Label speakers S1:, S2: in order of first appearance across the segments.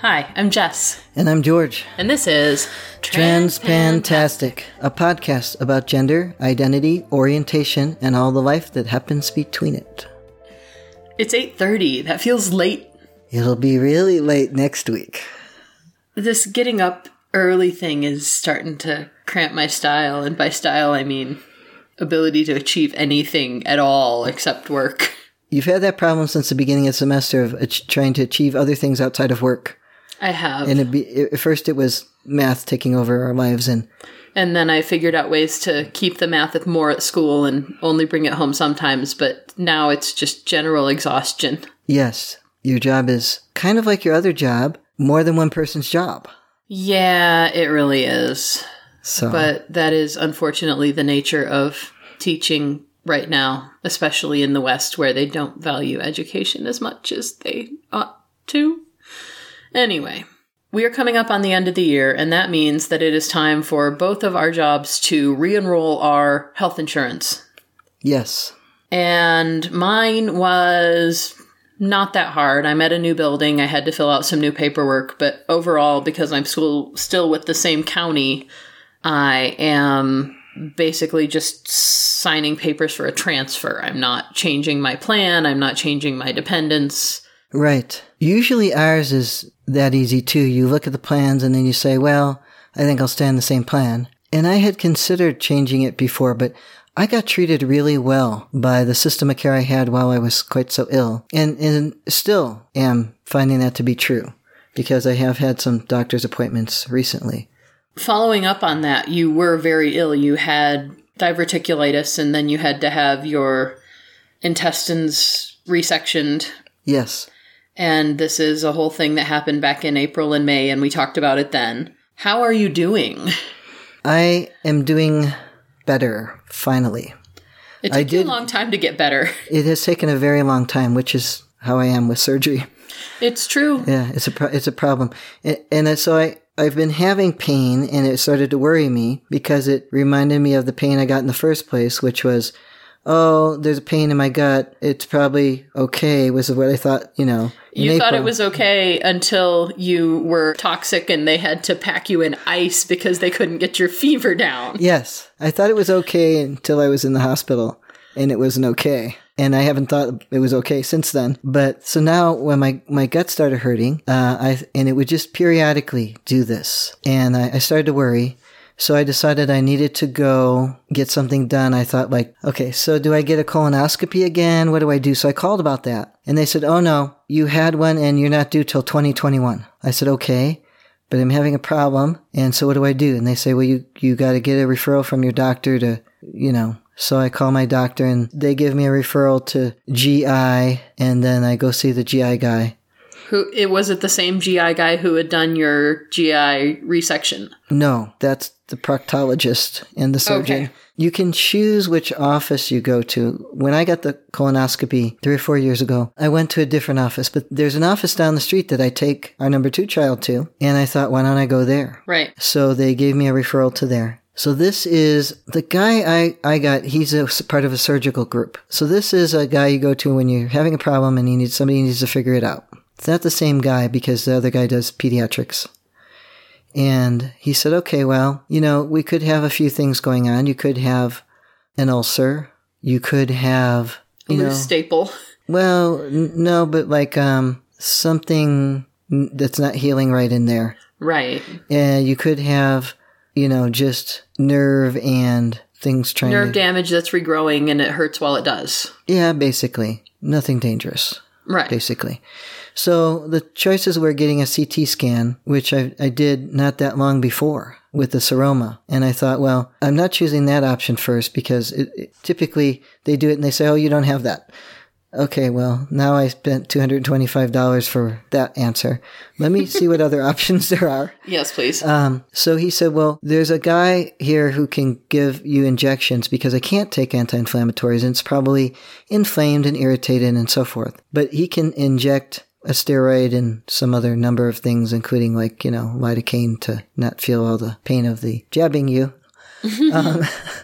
S1: Hi, I'm Jess,
S2: And I'm George.
S1: and this is
S2: Transpantastic, a podcast about gender, identity, orientation, and all the life that happens between it.
S1: It's 8:30. That feels late.
S2: It'll be really late next week.
S1: This getting up early thing is starting to cramp my style, and by style I mean ability to achieve anything at all except work.
S2: You've had that problem since the beginning of the semester of ach- trying to achieve other things outside of work.
S1: I have.
S2: And it be, at first, it was math taking over our lives, and
S1: And then I figured out ways to keep the math at more at school and only bring it home sometimes, but now it's just general exhaustion.
S2: yes, your job is kind of like your other job, more than one person's job.
S1: Yeah, it really is.
S2: So,
S1: But that is unfortunately the nature of teaching right now, especially in the West where they don't value education as much as they ought to. Anyway, we are coming up on the end of the year, and that means that it is time for both of our jobs to re enroll our health insurance.
S2: yes,
S1: And mine was not that hard. I'm at a new building. I had to fill out some new paperwork, but overall, because I'm school, still with the same county, I am basically just signing papers for a transfer. I'm not changing my plan. I'm not changing my dependents.
S2: Right. Usually ours is that easy too. You look at the plans and then you say, well, I think I'll stay on the same plan. And I had considered changing it before, but I got treated really well by the system of care I had while I was quite so ill. And, and still am finding that to be true because I have had some doctor's appointments recently.
S1: Following up on that, you were very ill. You had diverticulitis, and then you had to have your intestines resectioned
S2: Yes.
S1: And this is a whole thing that happened back in April and May, and we talked about it then. How are you doing?
S2: I am doing better finally.
S1: It took you a long time to get better.
S2: It has taken a very long time, which is how I am with surgery.
S1: It's true.
S2: Yeah, it's a pro- it's a problem, and, and so I I've been having pain, and it started to worry me because it reminded me of the pain I got in the first place, which was, oh, there's a pain in my gut. It's probably okay. Was what I thought, you know. in
S1: You thought it
S2: April.
S1: was okay until you were toxic and they had to pack you in ice because they couldn't get your fever down.
S2: Yes, I thought it was okay until I was in the hospital, and it wasn't okay. And I haven't thought it was okay since then. But so now, when my my gut started hurting, uh, I and it would just periodically do this, and I, I started to worry. So I decided I needed to go get something done. I thought like, okay, so do I get a colonoscopy again? What do I do? So I called about that, and they said, oh no, you had one, and you're not due till 2021. I said, okay but I'm having a problem. And so what do I do? And they say, well, you, you got to get a referral from your doctor to, you know, so I call my doctor and they give me a referral to GI and then I go see the GI guy.
S1: Who it was it the same GI guy who had done your GI resection?
S2: No, that's the proctologist and the surgeon.
S1: Okay.
S2: You can choose which office you go to. When I got the colonoscopy three or four years ago, I went to a different office, but there's an office down the street that I take our number two child to. And I thought, why don't I go there?
S1: Right.
S2: So they gave me a referral to there. So this is the guy I, I got. He's a s- part of a surgical group. So this is a guy you go to when you're having a problem and you need somebody needs to figure it out. It's not the same guy because the other guy does pediatrics. And he said, okay, well, you know, we could have a few things going on. You could have an ulcer. You could have, you
S1: Loose
S2: know,
S1: staple.
S2: well, n- no, but like, um, something n- that's not healing right in there.
S1: Right.
S2: Yeah, you could have, you know, just nerve and things trying
S1: Nerve
S2: to.
S1: damage that's regrowing and it hurts while it does.
S2: yeah, basically. Nothing dangerous,
S1: Right.
S2: basically. So the choices were getting a CT scan, which I, I did not that long before with the seroma. And I thought, well, I'm not choosing that option first because it, it- typically they do it and they say, oh, you don't have that. Okay, well, now I spent $225 for that answer. Let me see what other options there are.
S1: Yes, please.
S2: Um, so he said, Well, there's a guy here who can give you injections because I can't take anti inflammatories and it's probably inflamed and irritated and so forth. But he can inject a steroid and some other number of things, including like, you know, lidocaine to not feel all the pain of the jabbing you. um,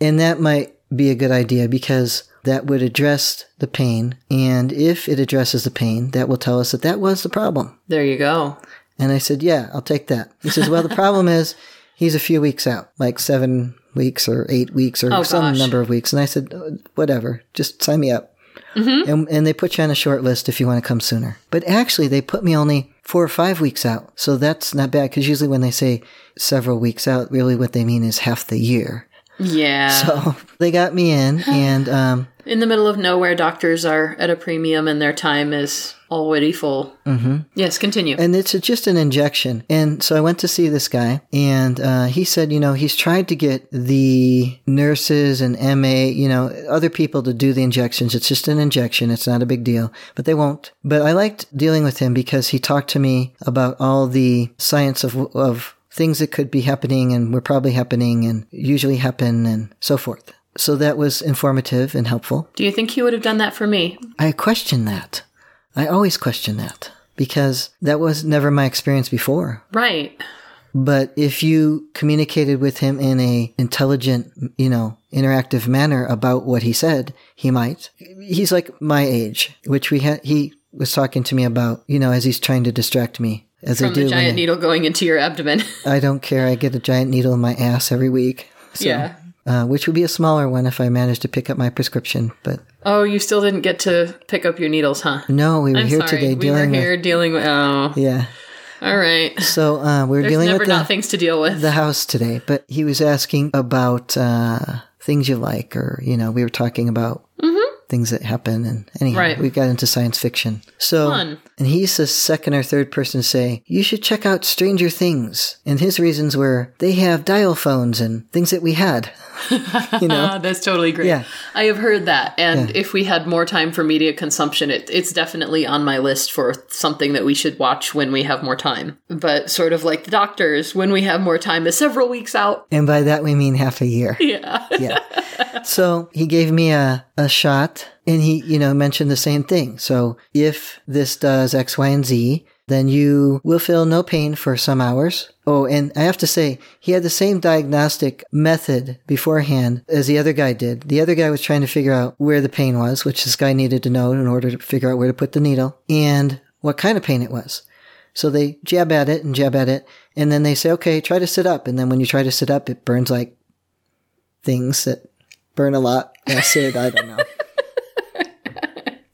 S2: and that might be a good idea because that would address the pain. And if it addresses the pain, that will tell us that that was the problem.
S1: there you go.
S2: And I said, yeah, I'll take that. He says, well, the problem is he's a few weeks out, like seven weeks or eight weeks or
S1: Oh,
S2: some
S1: gosh.
S2: number of weeks. And I said, "Uh, whatever, just sign me up.
S1: Mm-hmm.
S2: And, and they put you on a short list if you want to come sooner. But actually, they put me only four or five weeks out. So that's not bad because usually when they say several weeks out, really what they mean is half the year.
S1: Yeah.
S2: So they got me in and, um,
S1: In the middle of nowhere, doctors are at a premium and their time is already full. Mm-hmm. Yes, continue.
S2: and it's just an injection. And so I went to see this guy, and uh, he said, you know, he's tried to get the nurses and MA, you know, other people to do the injections. It's just an injection, it's not a big deal, but they won't. But I liked dealing with him because he talked to me about all the science of, of things that could be happening and were probably happening and usually happen and so forth. So that was informative and helpful.
S1: Do you think he would have done that for me?
S2: I question that. I always question that because that was never my experience before.
S1: Right.
S2: But if you communicated with him in a intelligent, you know, interactive manner about what he said, he might. He's like my age, which we had. He was talking to me about, you know, as he's trying to distract me, as
S1: From
S2: I do.
S1: the
S2: when
S1: giant
S2: I,
S1: needle going into your abdomen.
S2: I don't care. I get a giant needle in my ass every week. So,
S1: yeah.
S2: Uh, which would be a smaller one if I managed to pick up my prescription. But
S1: Oh, you still didn't get to pick up your needles, huh?
S2: no, we were
S1: I'm
S2: here
S1: sorry.
S2: today
S1: we
S2: dealing
S1: were here dealing with. Oh,
S2: with. Yeah.
S1: all right.
S2: So uh, we were
S1: There's
S2: dealing
S1: never
S2: with the,
S1: not things to deal with.
S2: the house today, but he was asking about uh, things you like, or you know, we were talking about things that happen, and anyhow,
S1: Mm-hmm. Right.
S2: we got into science fiction. So,
S1: Fun.
S2: and he's the second or third person to say you should check out Stranger Things, and his reasons were they have dial phones and things that we had. you know,
S1: Ah, that's totally great.
S2: Yeah.
S1: I have heard that. And if we had more time for media consumption, it, it's definitely on my list for something that we should watch when we have more time. But sort of like the doctors, when we have more time is several weeks out.
S2: and by that we mean half a year.
S1: Yeah.
S2: So he gave me a, a shot and he, you know, mentioned the same thing. So if this does X, Y, and Z, then you will feel no pain for some hours. Oh, and I have to say, he had the same diagnostic method beforehand as the other guy did. The other guy was trying to figure out where the pain was, which this guy needed to know in order to figure out where to put the needle and what kind of pain it was. So they jab at it and jab at it. And then they say, okay, try to sit up. And then when you try to sit up, it burns like things that burn a lot, acid, I don't know.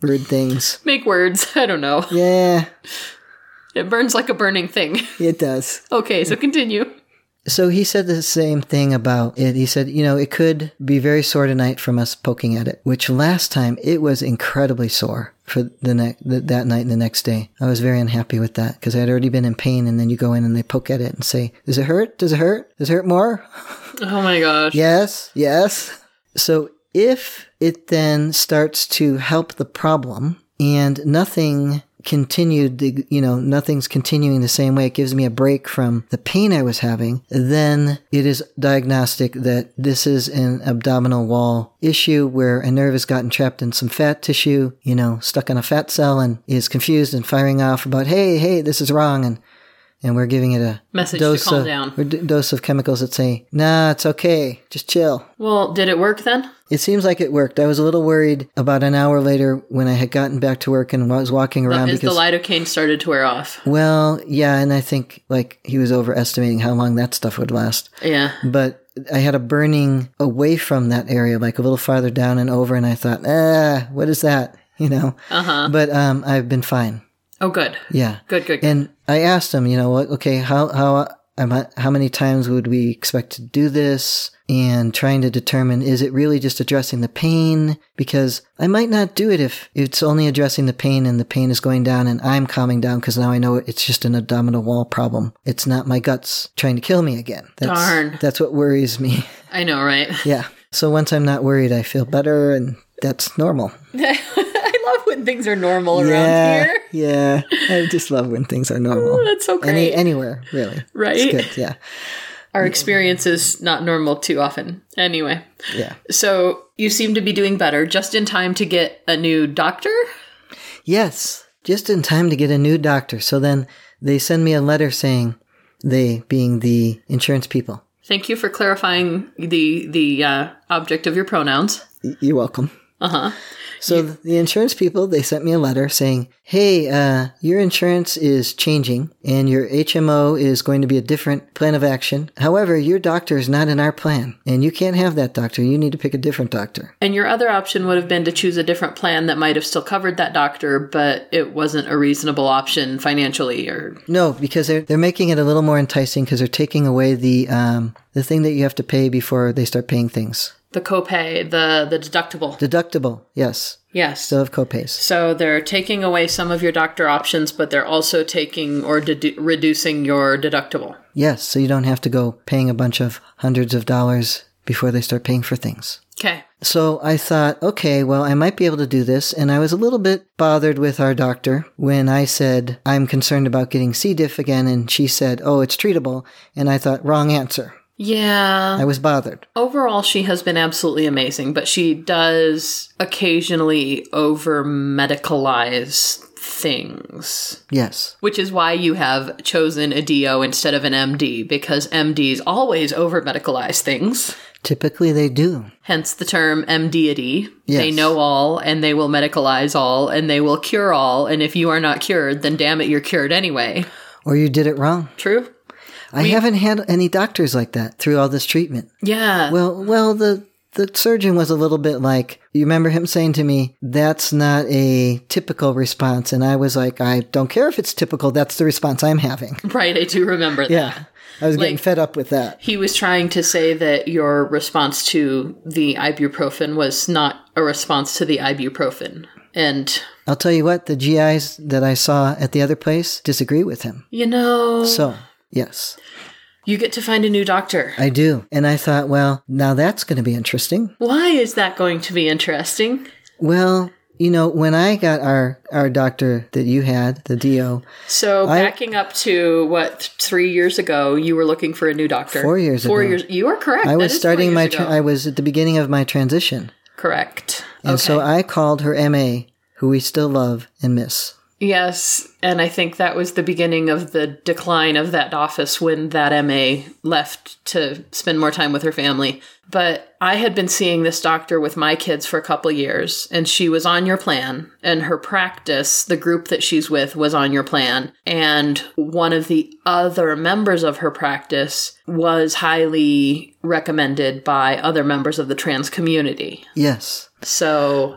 S2: Rude things.
S1: Make words. I don't know.
S2: Yeah,
S1: It burns like a burning thing.
S2: it does.
S1: okay, so continue.
S2: So he said the same thing about it. He said, you know, it could be very sore tonight from us poking at it, which last time it was incredibly sore for the ne- th- that night and the next day. I was very unhappy with that because I had already been in pain and then you go in and they poke at it and say, does it hurt? Does it hurt? Does it hurt more?
S1: Oh my gosh.
S2: Yes, yes. So if it then starts to help the problem and nothing continued, the- you know, nothing's continuing the same way, it gives me a break from the pain I was having, then it is diagnostic that this is an abdominal wall issue where a nerve has gotten trapped in some fat tissue, you know, stuck in a fat cell and is confused and firing off about, hey, hey, this is wrong. And and we're giving it a
S1: Message to
S2: dose
S1: calm
S2: of,
S1: down.
S2: or d- dose of chemicals that say, nah, it's okay, just chill.
S1: Well, did it work then?
S2: It seems like it worked. I was a little worried about an hour later when I had gotten back to work and was walking around
S1: Is the
S2: because,
S1: lidocaine started to wear off?
S2: well, yeah, and I think like he was overestimating how long that stuff would last.
S1: Yeah.
S2: But I had a burning away from that area, like a little farther down and over, and I thought, ah, what is that? You know? Uh-huh. But um, I've been fine.
S1: Oh, good.
S2: Yeah.
S1: Good, good, good.
S2: And I asked him, you know, what- okay, how how um, how many times would we expect to do this? And trying to determine is it really just addressing the pain? Because I might not do it if it's only addressing the pain and the pain is going down and I'm calming down because now I know it's just an abdominal wall problem. It's not my guts trying to kill me again. That's,
S1: Darn.
S2: That's what worries me.
S1: I know, right?
S2: yeah. So once I'm not worried, I feel better, and that's normal.
S1: I love when things are normal around
S2: yeah,
S1: here.
S2: yeah. I just love when things are normal.
S1: That's so great.
S2: Any, anywhere, really.
S1: Right?
S2: It's good. Yeah.
S1: Our experience is not normal too often. Anyway,
S2: Yeah.
S1: so you seem to be doing better just in time to get a new doctor?
S2: Yes. Just in time to get a new doctor. So then they send me a letter saying, they being the insurance people.
S1: Thank you for clarifying the the uh, object of your pronouns.
S2: Y- You're welcome.
S1: Uh huh.
S2: So th- the insurance people they sent me a letter saying, "Hey, uh, your insurance is changing, and your HMO is going to be a different plan of action. However, your doctor is not in our plan, and you can't have that doctor. You need to pick a different doctor."
S1: And your other option would have been to choose a different plan that might have still covered that doctor, but it wasn't a reasonable option financially or
S2: No, because they're they're making it a little more enticing because they're taking away the um, the thing that you have to pay before they start paying things.
S1: the copay, the the deductible.
S2: Deductible, yes,
S1: Yes.
S2: still have copays.
S1: So they're taking away some of your doctor options, but they're also taking or dedu- reducing your deductible.
S2: Yes, so you don't have to go paying a bunch of hundreds of dollars before they start paying for things.
S1: Okay.
S2: So I thought, okay, well, I might be able to do this. And I was a little bit bothered with our doctor when I said, I'm concerned about getting C. diff again. And she said, oh, it's treatable. And I thought, wrong answer.
S1: Yeah.
S2: I was bothered.
S1: Overall, she has been absolutely amazing, but she does occasionally over medicalize things,
S2: Yes.
S1: which is why you have chosen a DO instead of an MD, because MDs always over medicalize things.
S2: Typically they do.
S1: Hence the term MDity. They
S2: Yes.
S1: know all and they will medicalize all and they will cure all. And if you are not cured, then damn it, you're cured anyway.
S2: Or you did it wrong.
S1: True?
S2: I haven't had any doctors like that through all this treatment.
S1: Yeah.
S2: Well, well, the the surgeon was a little bit like you remember him saying to me, "That's not a typical response," and I was like, "I don't care if it's typical. That's the response I'm having."
S1: right, I do remember that.
S2: Yeah, I was getting
S1: Like-
S2: fed up with that.
S1: He was trying to say that your response to the ibuprofen was not a response to the ibuprofen. And,
S2: I'll tell you what, the GIs that I saw at the other place disagree with him.
S1: you know,
S2: So. Yes,
S1: you get to find a new doctor.
S2: I do. And I thought, well, now that's going to be interesting.
S1: Why is that going to be interesting?
S2: Well, you know, when I got our our doctor that you had, the DO,
S1: So, backing up to what, three years ago, you were looking for a new doctor.
S2: Four years
S1: Four
S2: ago.
S1: years. You are correct.
S2: I
S1: That
S2: was
S1: is four
S2: starting
S1: years
S2: my
S1: ago.
S2: tra- I was at the beginning of my transition.
S1: correct.
S2: And so I called her MA, who we still love and miss.
S1: Yes, and I think that was the beginning of the decline of that office when that MA left to spend more time with her family. But I had been seeing this doctor with my kids for a couple years, and she was on your plan, and her practice, the group that she's with, was on your plan. And one of the other members of her practice was highly recommended by other members of the trans community.
S2: Yes.
S1: So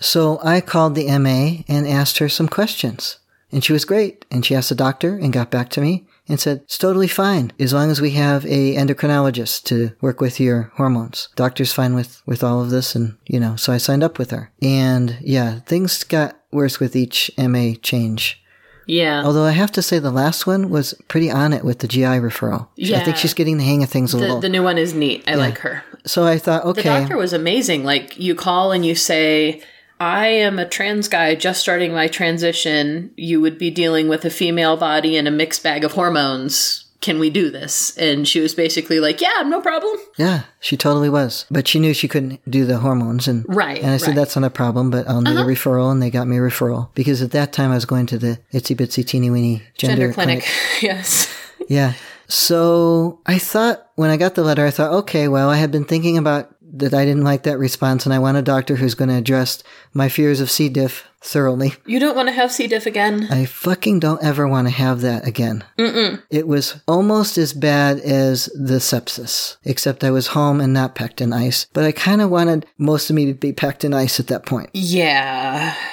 S2: So I called the MA and asked her some questions. And she was great. And she asked the doctor and got back to me and said, it's totally fine as long as we have a endocrinologist to work with your hormones. Doctor's fine with, with all of this. And, you know, so I signed up with her. And yeah, things got worse with each MA change.
S1: yeah.
S2: Although I have to say the last one was pretty on it with the GI referral. I
S1: Yeah.
S2: think she's getting the hang of things a
S1: The,
S2: little.
S1: the new one is neat. I like her.
S2: so I thought, okay.
S1: The doctor was amazing. Like you call and you say, "I am a trans guy just starting my transition. You would be dealing with a female body and a mixed bag of hormones. Can we do this?" And she was basically like, "Yeah, no problem."
S2: Yeah, she totally was. But she knew she couldn't do the hormones and
S1: Right,
S2: And I said
S1: right. Uh-huh.
S2: that's not a problem, but I'll need a referral and they got me a referral. Because at that time I was going to the itsy bitsy teeny weeny gender,
S1: Gender
S2: clinic.
S1: clinic. yes.
S2: Yeah. So I thought when I got the letter, I thought, okay, well I had been thinking about that I didn't like that response and I want a doctor who's gonna address my fears of C diff thoroughly.
S1: You don't want to have C diff again.
S2: I fucking don't ever want to have that again. Mm-mm. It was almost as bad as the sepsis, except I was home and not packed in ice. But I kind of wanted most of me to be packed in ice at that point.
S1: Yeah,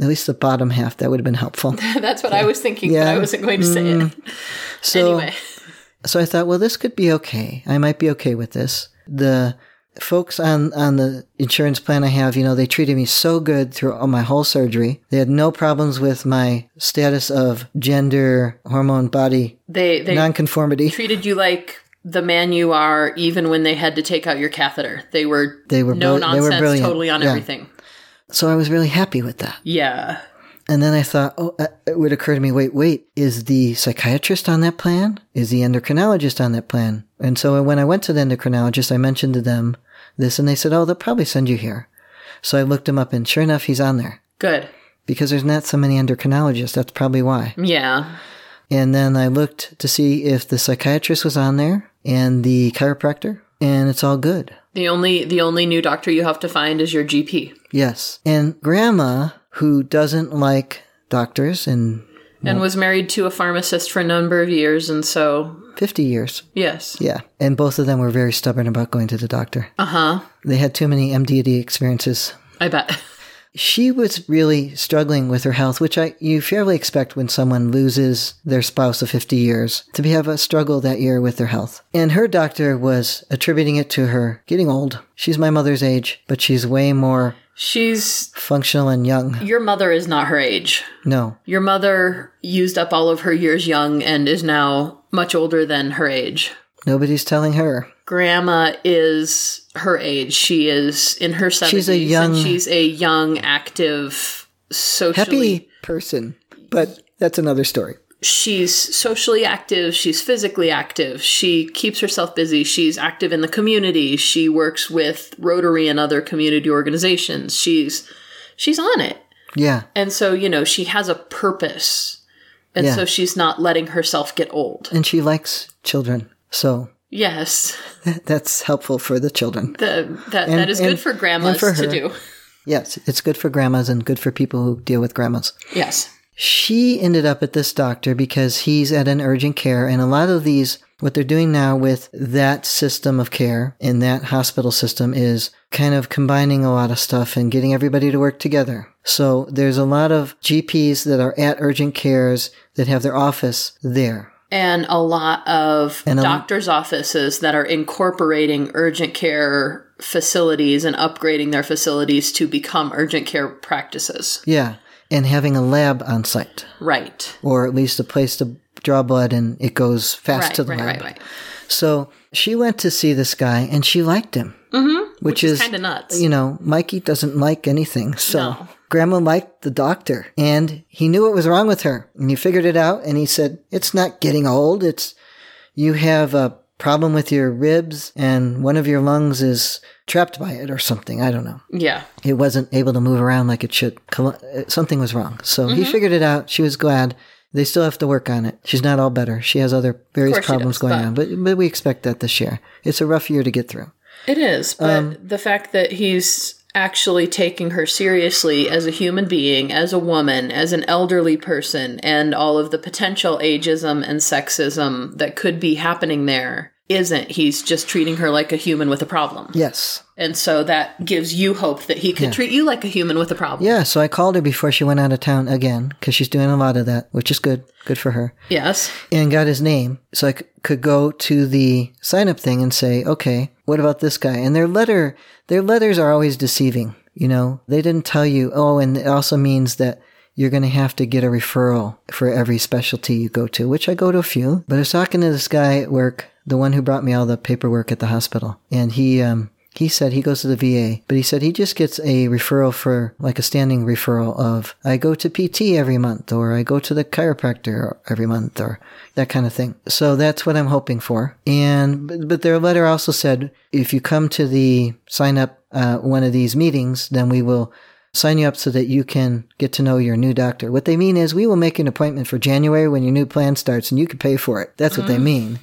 S2: At least the bottom half, that would have been helpful.
S1: that's what I was thinking, but
S2: Yeah. Mm,
S1: I wasn't going to say it
S2: So,
S1: anyway.
S2: so I thought, well, this could be okay. I might be okay with this. The folks on, on the insurance plan I have, you know, they treated me so good through all my whole surgery. They had no problems with my status of gender, hormone, body
S1: They they
S2: nonconformity.
S1: treated you like the man you are, even when they had to take out your catheter. They were
S2: They were
S1: no
S2: bri- they were
S1: nonsense,
S2: brilliant.
S1: totally on
S2: Yeah.
S1: everything.
S2: So I was really happy with that.
S1: Yeah.
S2: And then I thought, oh, uh, it would occur to me, wait, wait, is the psychiatrist on that plan? Is the endocrinologist on that plan? And so when I went to the endocrinologist, I mentioned to them this and they said, oh, they'll probably send you here. So I looked him up and sure enough, he's on there
S1: Good.
S2: because there's not so many endocrinologists. That's probably why.
S1: Yeah.
S2: And then I looked to see if the psychiatrist was on there and the chiropractor and it's all good.
S1: The only the only new doctor you have to find is your GP.
S2: Yes. And grandma, who doesn't like doctors in Mm.
S1: And was married to a pharmacist for a number of years and so
S2: 50 years.
S1: yes.
S2: Yeah. And both of them were very stubborn about going to the doctor.
S1: Uh-huh.
S2: They had too many MDD experiences.
S1: I bet.
S2: She was really struggling with her health, which I you fairly expect when someone loses their spouse of 50 years to be, have a struggle that year with their health. And her doctor was attributing it to her getting old. She's my mother's age, but she's way more
S1: She's
S2: functional and young.
S1: your mother is not her age.
S2: No,
S1: Your mother used up all of her years young and is now much older than her age.
S2: nobody's telling her.
S1: Grandma is her age. She is in her 70s.
S2: She's a young-
S1: and she's a young, active, socially
S2: Happy person, but that's another story.
S1: she's socially active, she's physically active, she keeps herself busy, she's active in the community, she works with Rotary and other community organizations. She's she's on it.
S2: Yeah.
S1: And so, you know, she has a purpose. And
S2: Yeah.
S1: so she's not letting herself get old.
S2: And she likes children. So
S1: Yes.
S2: that's helpful for the children.
S1: The, that that is
S2: and-
S1: good for grandmas
S2: for her.
S1: to do.
S2: Yes, it's good for grandmas and good for people who deal with grandmas.
S1: Yes.
S2: She ended up at this doctor because he's at an urgent care, and a lot of these, what they're doing now with that system of care and that hospital system is kind of combining a lot of stuff and getting everybody to work together. So there's a lot of GPs that are at urgent cares that have their office there.
S1: And a lot of
S2: And a-
S1: doctors' offices that are incorporating urgent care facilities and upgrading their facilities to become urgent care practices.
S2: Yeah, and having a lab on site,
S1: Right.
S2: or at least a place to draw blood and it goes fast
S1: Right,
S2: to the
S1: right,
S2: lab.
S1: right, right.
S2: So she went to see this guy and she liked him, mm-hmm, which, is,
S1: Kind of nuts.
S2: you know, Mikey doesn't like anything. So
S1: No.
S2: grandma liked the doctor and he knew what was wrong with her and he figured it out and he said, it's not getting old. It's you have a problem with your ribs and one of your lungs is trapped by it or something. I don't know
S1: Yeah.
S2: it wasn't able to move around like it should. Col- uh, Something was wrong. So he
S1: Mm-hmm.
S2: figured it out. She was glad. They still have to work on it. She's not all better. She has other various
S1: course she
S2: problems
S1: does,
S2: going
S1: but-
S2: on, but but we expect that this year. It's a rough year to get through.
S1: It is. But
S2: Um,
S1: the fact that he's actually taking her seriously as a human being, as a woman, as an elderly person, and all of the potential ageism and sexism that could be happening there isn't. He's just treating her like a human with a problem.
S2: Yes.
S1: And so that gives you hope that he could treat you like a human with a problem.
S2: Yeah. So I called her before she went out of town again because she's doing a lot of that, which is good. Good for her.
S1: Yes.
S2: and got his name so I c- could go to the sign up thing and say, okay, what about this guy? And their letter, their letters are always deceiving. You know, they didn't tell you, oh, and it also means that you're going to have to get a referral for every specialty you go to, which I go to a few, but I was talking to this guy at work, the one who brought me all the paperwork at the hospital. And he, um, he said he goes to the VA, but he said he just gets a referral for like a standing referral of I go to PT every month or I go to the chiropractor every month or that kind of thing. So that's what I'm hoping for. And but, but their letter also said if you come to the sign up uh, one of these meetings, then we will sign you up so that you can get to know your new doctor. What they mean is we will make an appointment for January when your new plan starts and you can pay for it. That's what they mean.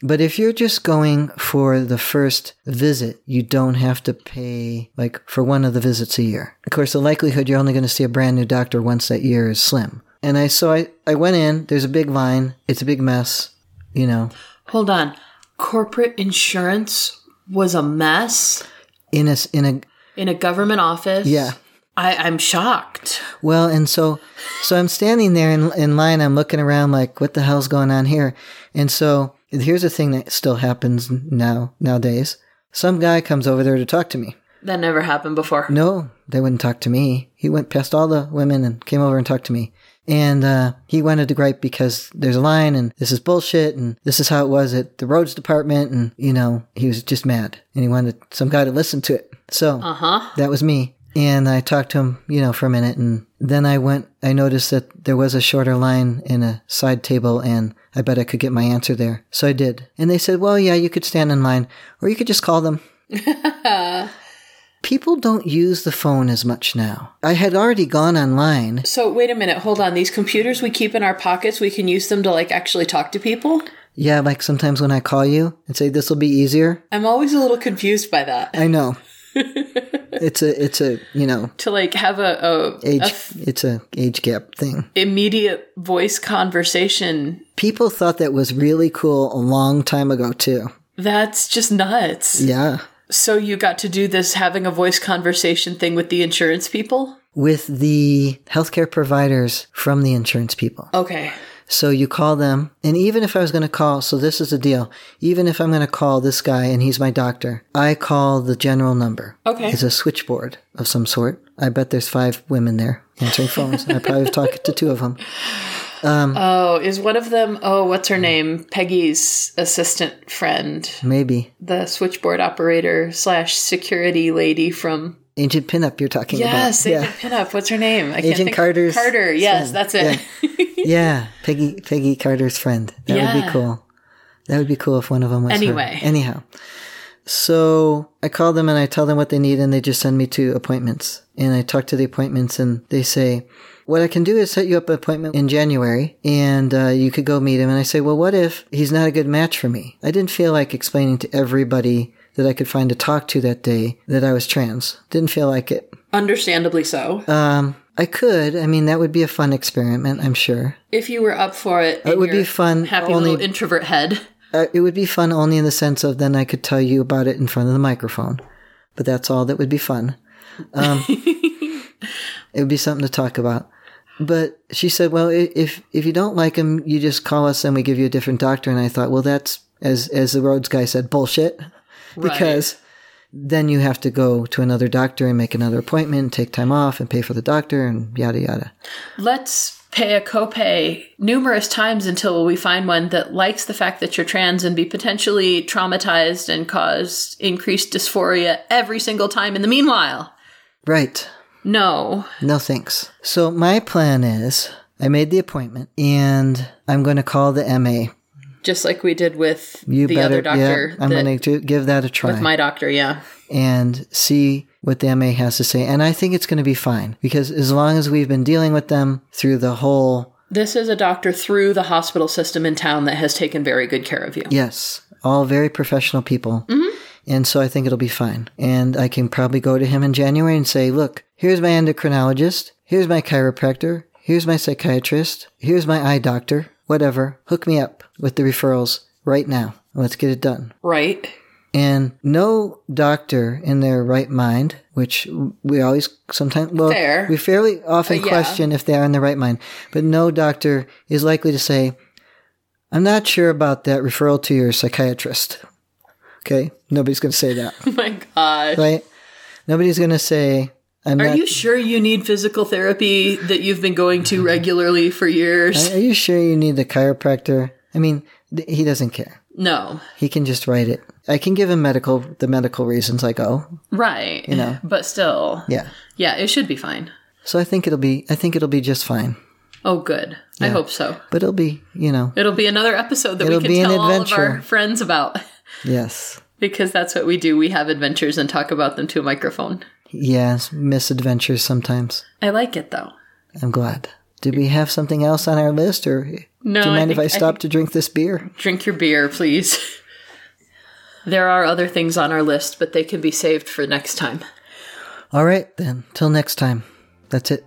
S2: But if you're just going for the first visit, you don't have to pay like for one of the visits a year. Of course, the likelihood you're only going to see a brand new doctor once that year is slim. And I so I, I went in, there's a big line, it's a big mess, you know.
S1: Hold on. Corporate insurance was a mess
S2: In a s- in a
S1: in a government office.
S2: Yeah.
S1: I, I'm shocked.
S2: Well, and so, so I'm standing there in, in line. I'm looking around like, what the hell's going on here? And so here's a thing that still happens now, nowadays. Some guy comes over there to talk to me.
S1: That never happened before.
S2: No, they wouldn't talk to me. He went past all the women and came over and talked to me. And uh, he wanted to gripe because there's a line and this is bullshit and this is how it was at the roads department. And, you know, he was just mad and he wanted some guy to listen to it. So
S1: Uh huh.
S2: that was me. And I talked to him, you know, for a minute. And then I went, I noticed that there was a shorter line in a side table and I bet I could get my answer there. So I did. And they said, well, yeah, you could stand in line or you could just call them. People don't use the phone as much now. I had already gone online.
S1: So wait a minute. Hold on. These computers we keep in our pockets, we can use them to like actually talk to people.
S2: Yeah, like sometimes when I call you and say this will be easier.
S1: I'm always a little confused by that.
S2: I know. it's a it's a you know
S1: To like have a, a,
S2: age
S1: a f-
S2: it's a age gap thing.
S1: immediate voice conversation
S2: People thought that was really cool a long time ago too.
S1: that's just nuts.
S2: Yeah.
S1: So you got to do this having a voice conversation thing with the insurance people?
S2: With the healthcare providers from the insurance people.
S1: Okay.
S2: So you call them, and even if I was going to call, so this is the deal. Even if I'm going to call this guy and he's my doctor, I call the general number.
S1: Okay.
S2: It's a switchboard of some sort. I bet there's five women there answering phones. I probably have talked to two of them.
S1: Oh, is one of them oh, what's her name? Peggy's assistant friend,
S2: Maybe.
S1: the switchboard operator slash security lady from
S2: Agent Pinup, you're talking
S1: Yes,
S2: about.
S1: Agent Pinup. What's her name? I can't
S2: Agent
S1: think-
S2: Carter's
S1: Carter, yes,
S2: son.
S1: that's it.
S2: Yeah. Yeah. Peggy, Peggy Carter's friend. That would
S1: Yeah.
S2: be cool. That would be cool if one of them was her.
S1: Anyway.
S2: Anyhow. So I call them and I tell them what they need and they just send me to appointments. And I talk to the appointments and they say, what I can do is set you up an appointment in January and uh, you could go meet him. And I say, well, what if he's not a good match for me? I didn't feel like explaining to everybody that I could find to talk to that day that I was trans. Didn't feel like it.
S1: Understandably so.
S2: Um, I could. I mean, that would be a fun experiment, I'm sure.
S1: if you were up for it, in
S2: It would
S1: your
S2: be fun.
S1: Happy
S2: only
S1: little introvert head.
S2: uh, it would be fun only in the sense of then I could tell you about it in front of the microphone. But that's all that would be fun. Um, it would be something to talk about. But she said, "Well, i- if if you don't like him, you just call us and we give you a different doctor." And I thought, "Well, that's as as the Rhodes guy said, bullshit." because then you have to go to another doctor and make another appointment, take time off, and pay for the doctor, and yada yada.
S1: let's pay a copay numerous times until we find one that likes the fact that you're trans and be potentially traumatized and cause increased dysphoria every single time in the meanwhile.
S2: Right.
S1: No.
S2: No thanks. So my plan is I made the appointment and I'm going to call the MA.
S1: Just like we did with
S2: You
S1: the
S2: better
S1: other doctor.
S2: yeah, I'm
S1: that-
S2: going to give that a try
S1: my doctor, yeah.
S2: and see what the MA has to say. And I think it's going to be fine because as long as we've been dealing with them through the whole
S1: This is a doctor through the hospital system in town that has taken very good care of you.
S2: Yes, all very professional people. And so I think it'll be fine. And I can probably go to him in January and say, look, here's my endocrinologist, here's my chiropractor, here's my psychiatrist, here's my eye doctor, whatever. Hook me up with the referrals right now. Let's get it done.
S1: Right?
S2: And no doctor in their right mind, which we always sometimes, well,
S1: Fair.
S2: we fairly often
S1: Uh, yeah.
S2: question if they are in their right mind, but no doctor is likely to say, I'm not sure about that referral to your psychiatrist. Okay. Nobody's going to say that,
S1: Oh my God.
S2: right? Nobody's going to say, I'm
S1: Are
S2: not.
S1: you sure you need physical therapy that you've been going to regularly for years?
S2: are you sure you need the chiropractor? I mean, th- he doesn't care.
S1: No.
S2: He can just write it. I can give him medical, the medical reasons like, oh,
S1: Right. You
S2: know.
S1: But still.
S2: yeah.
S1: Yeah, it should be fine.
S2: So I think it'll be, I think it'll be just fine.
S1: Oh, good. I hope so.
S2: But it'll be, you know,
S1: It'll be another episode that
S2: It'll
S1: we
S2: be
S1: can
S2: an
S1: tell all of our
S2: adventure.
S1: friends about
S2: Yes.
S1: because that's what we do. We have adventures and talk about them to a microphone.
S2: Yes, misadventures sometimes.
S1: I like it though.
S2: I'm glad. Did we have something else on our list or
S1: No,
S2: do you
S1: I
S2: mind if
S1: think-
S2: I stop to drink this beer?
S1: Drink your beer, please. There are other things on our list, but they can be saved for next time.
S2: All right then. Till next time. That's it.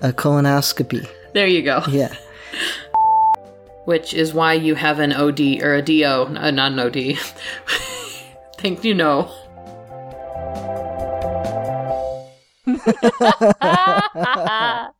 S2: a colonoscopy.
S1: There you go.
S2: Yeah.
S1: Which is why you have an OD or a DO, uh, not an OD. Think you know.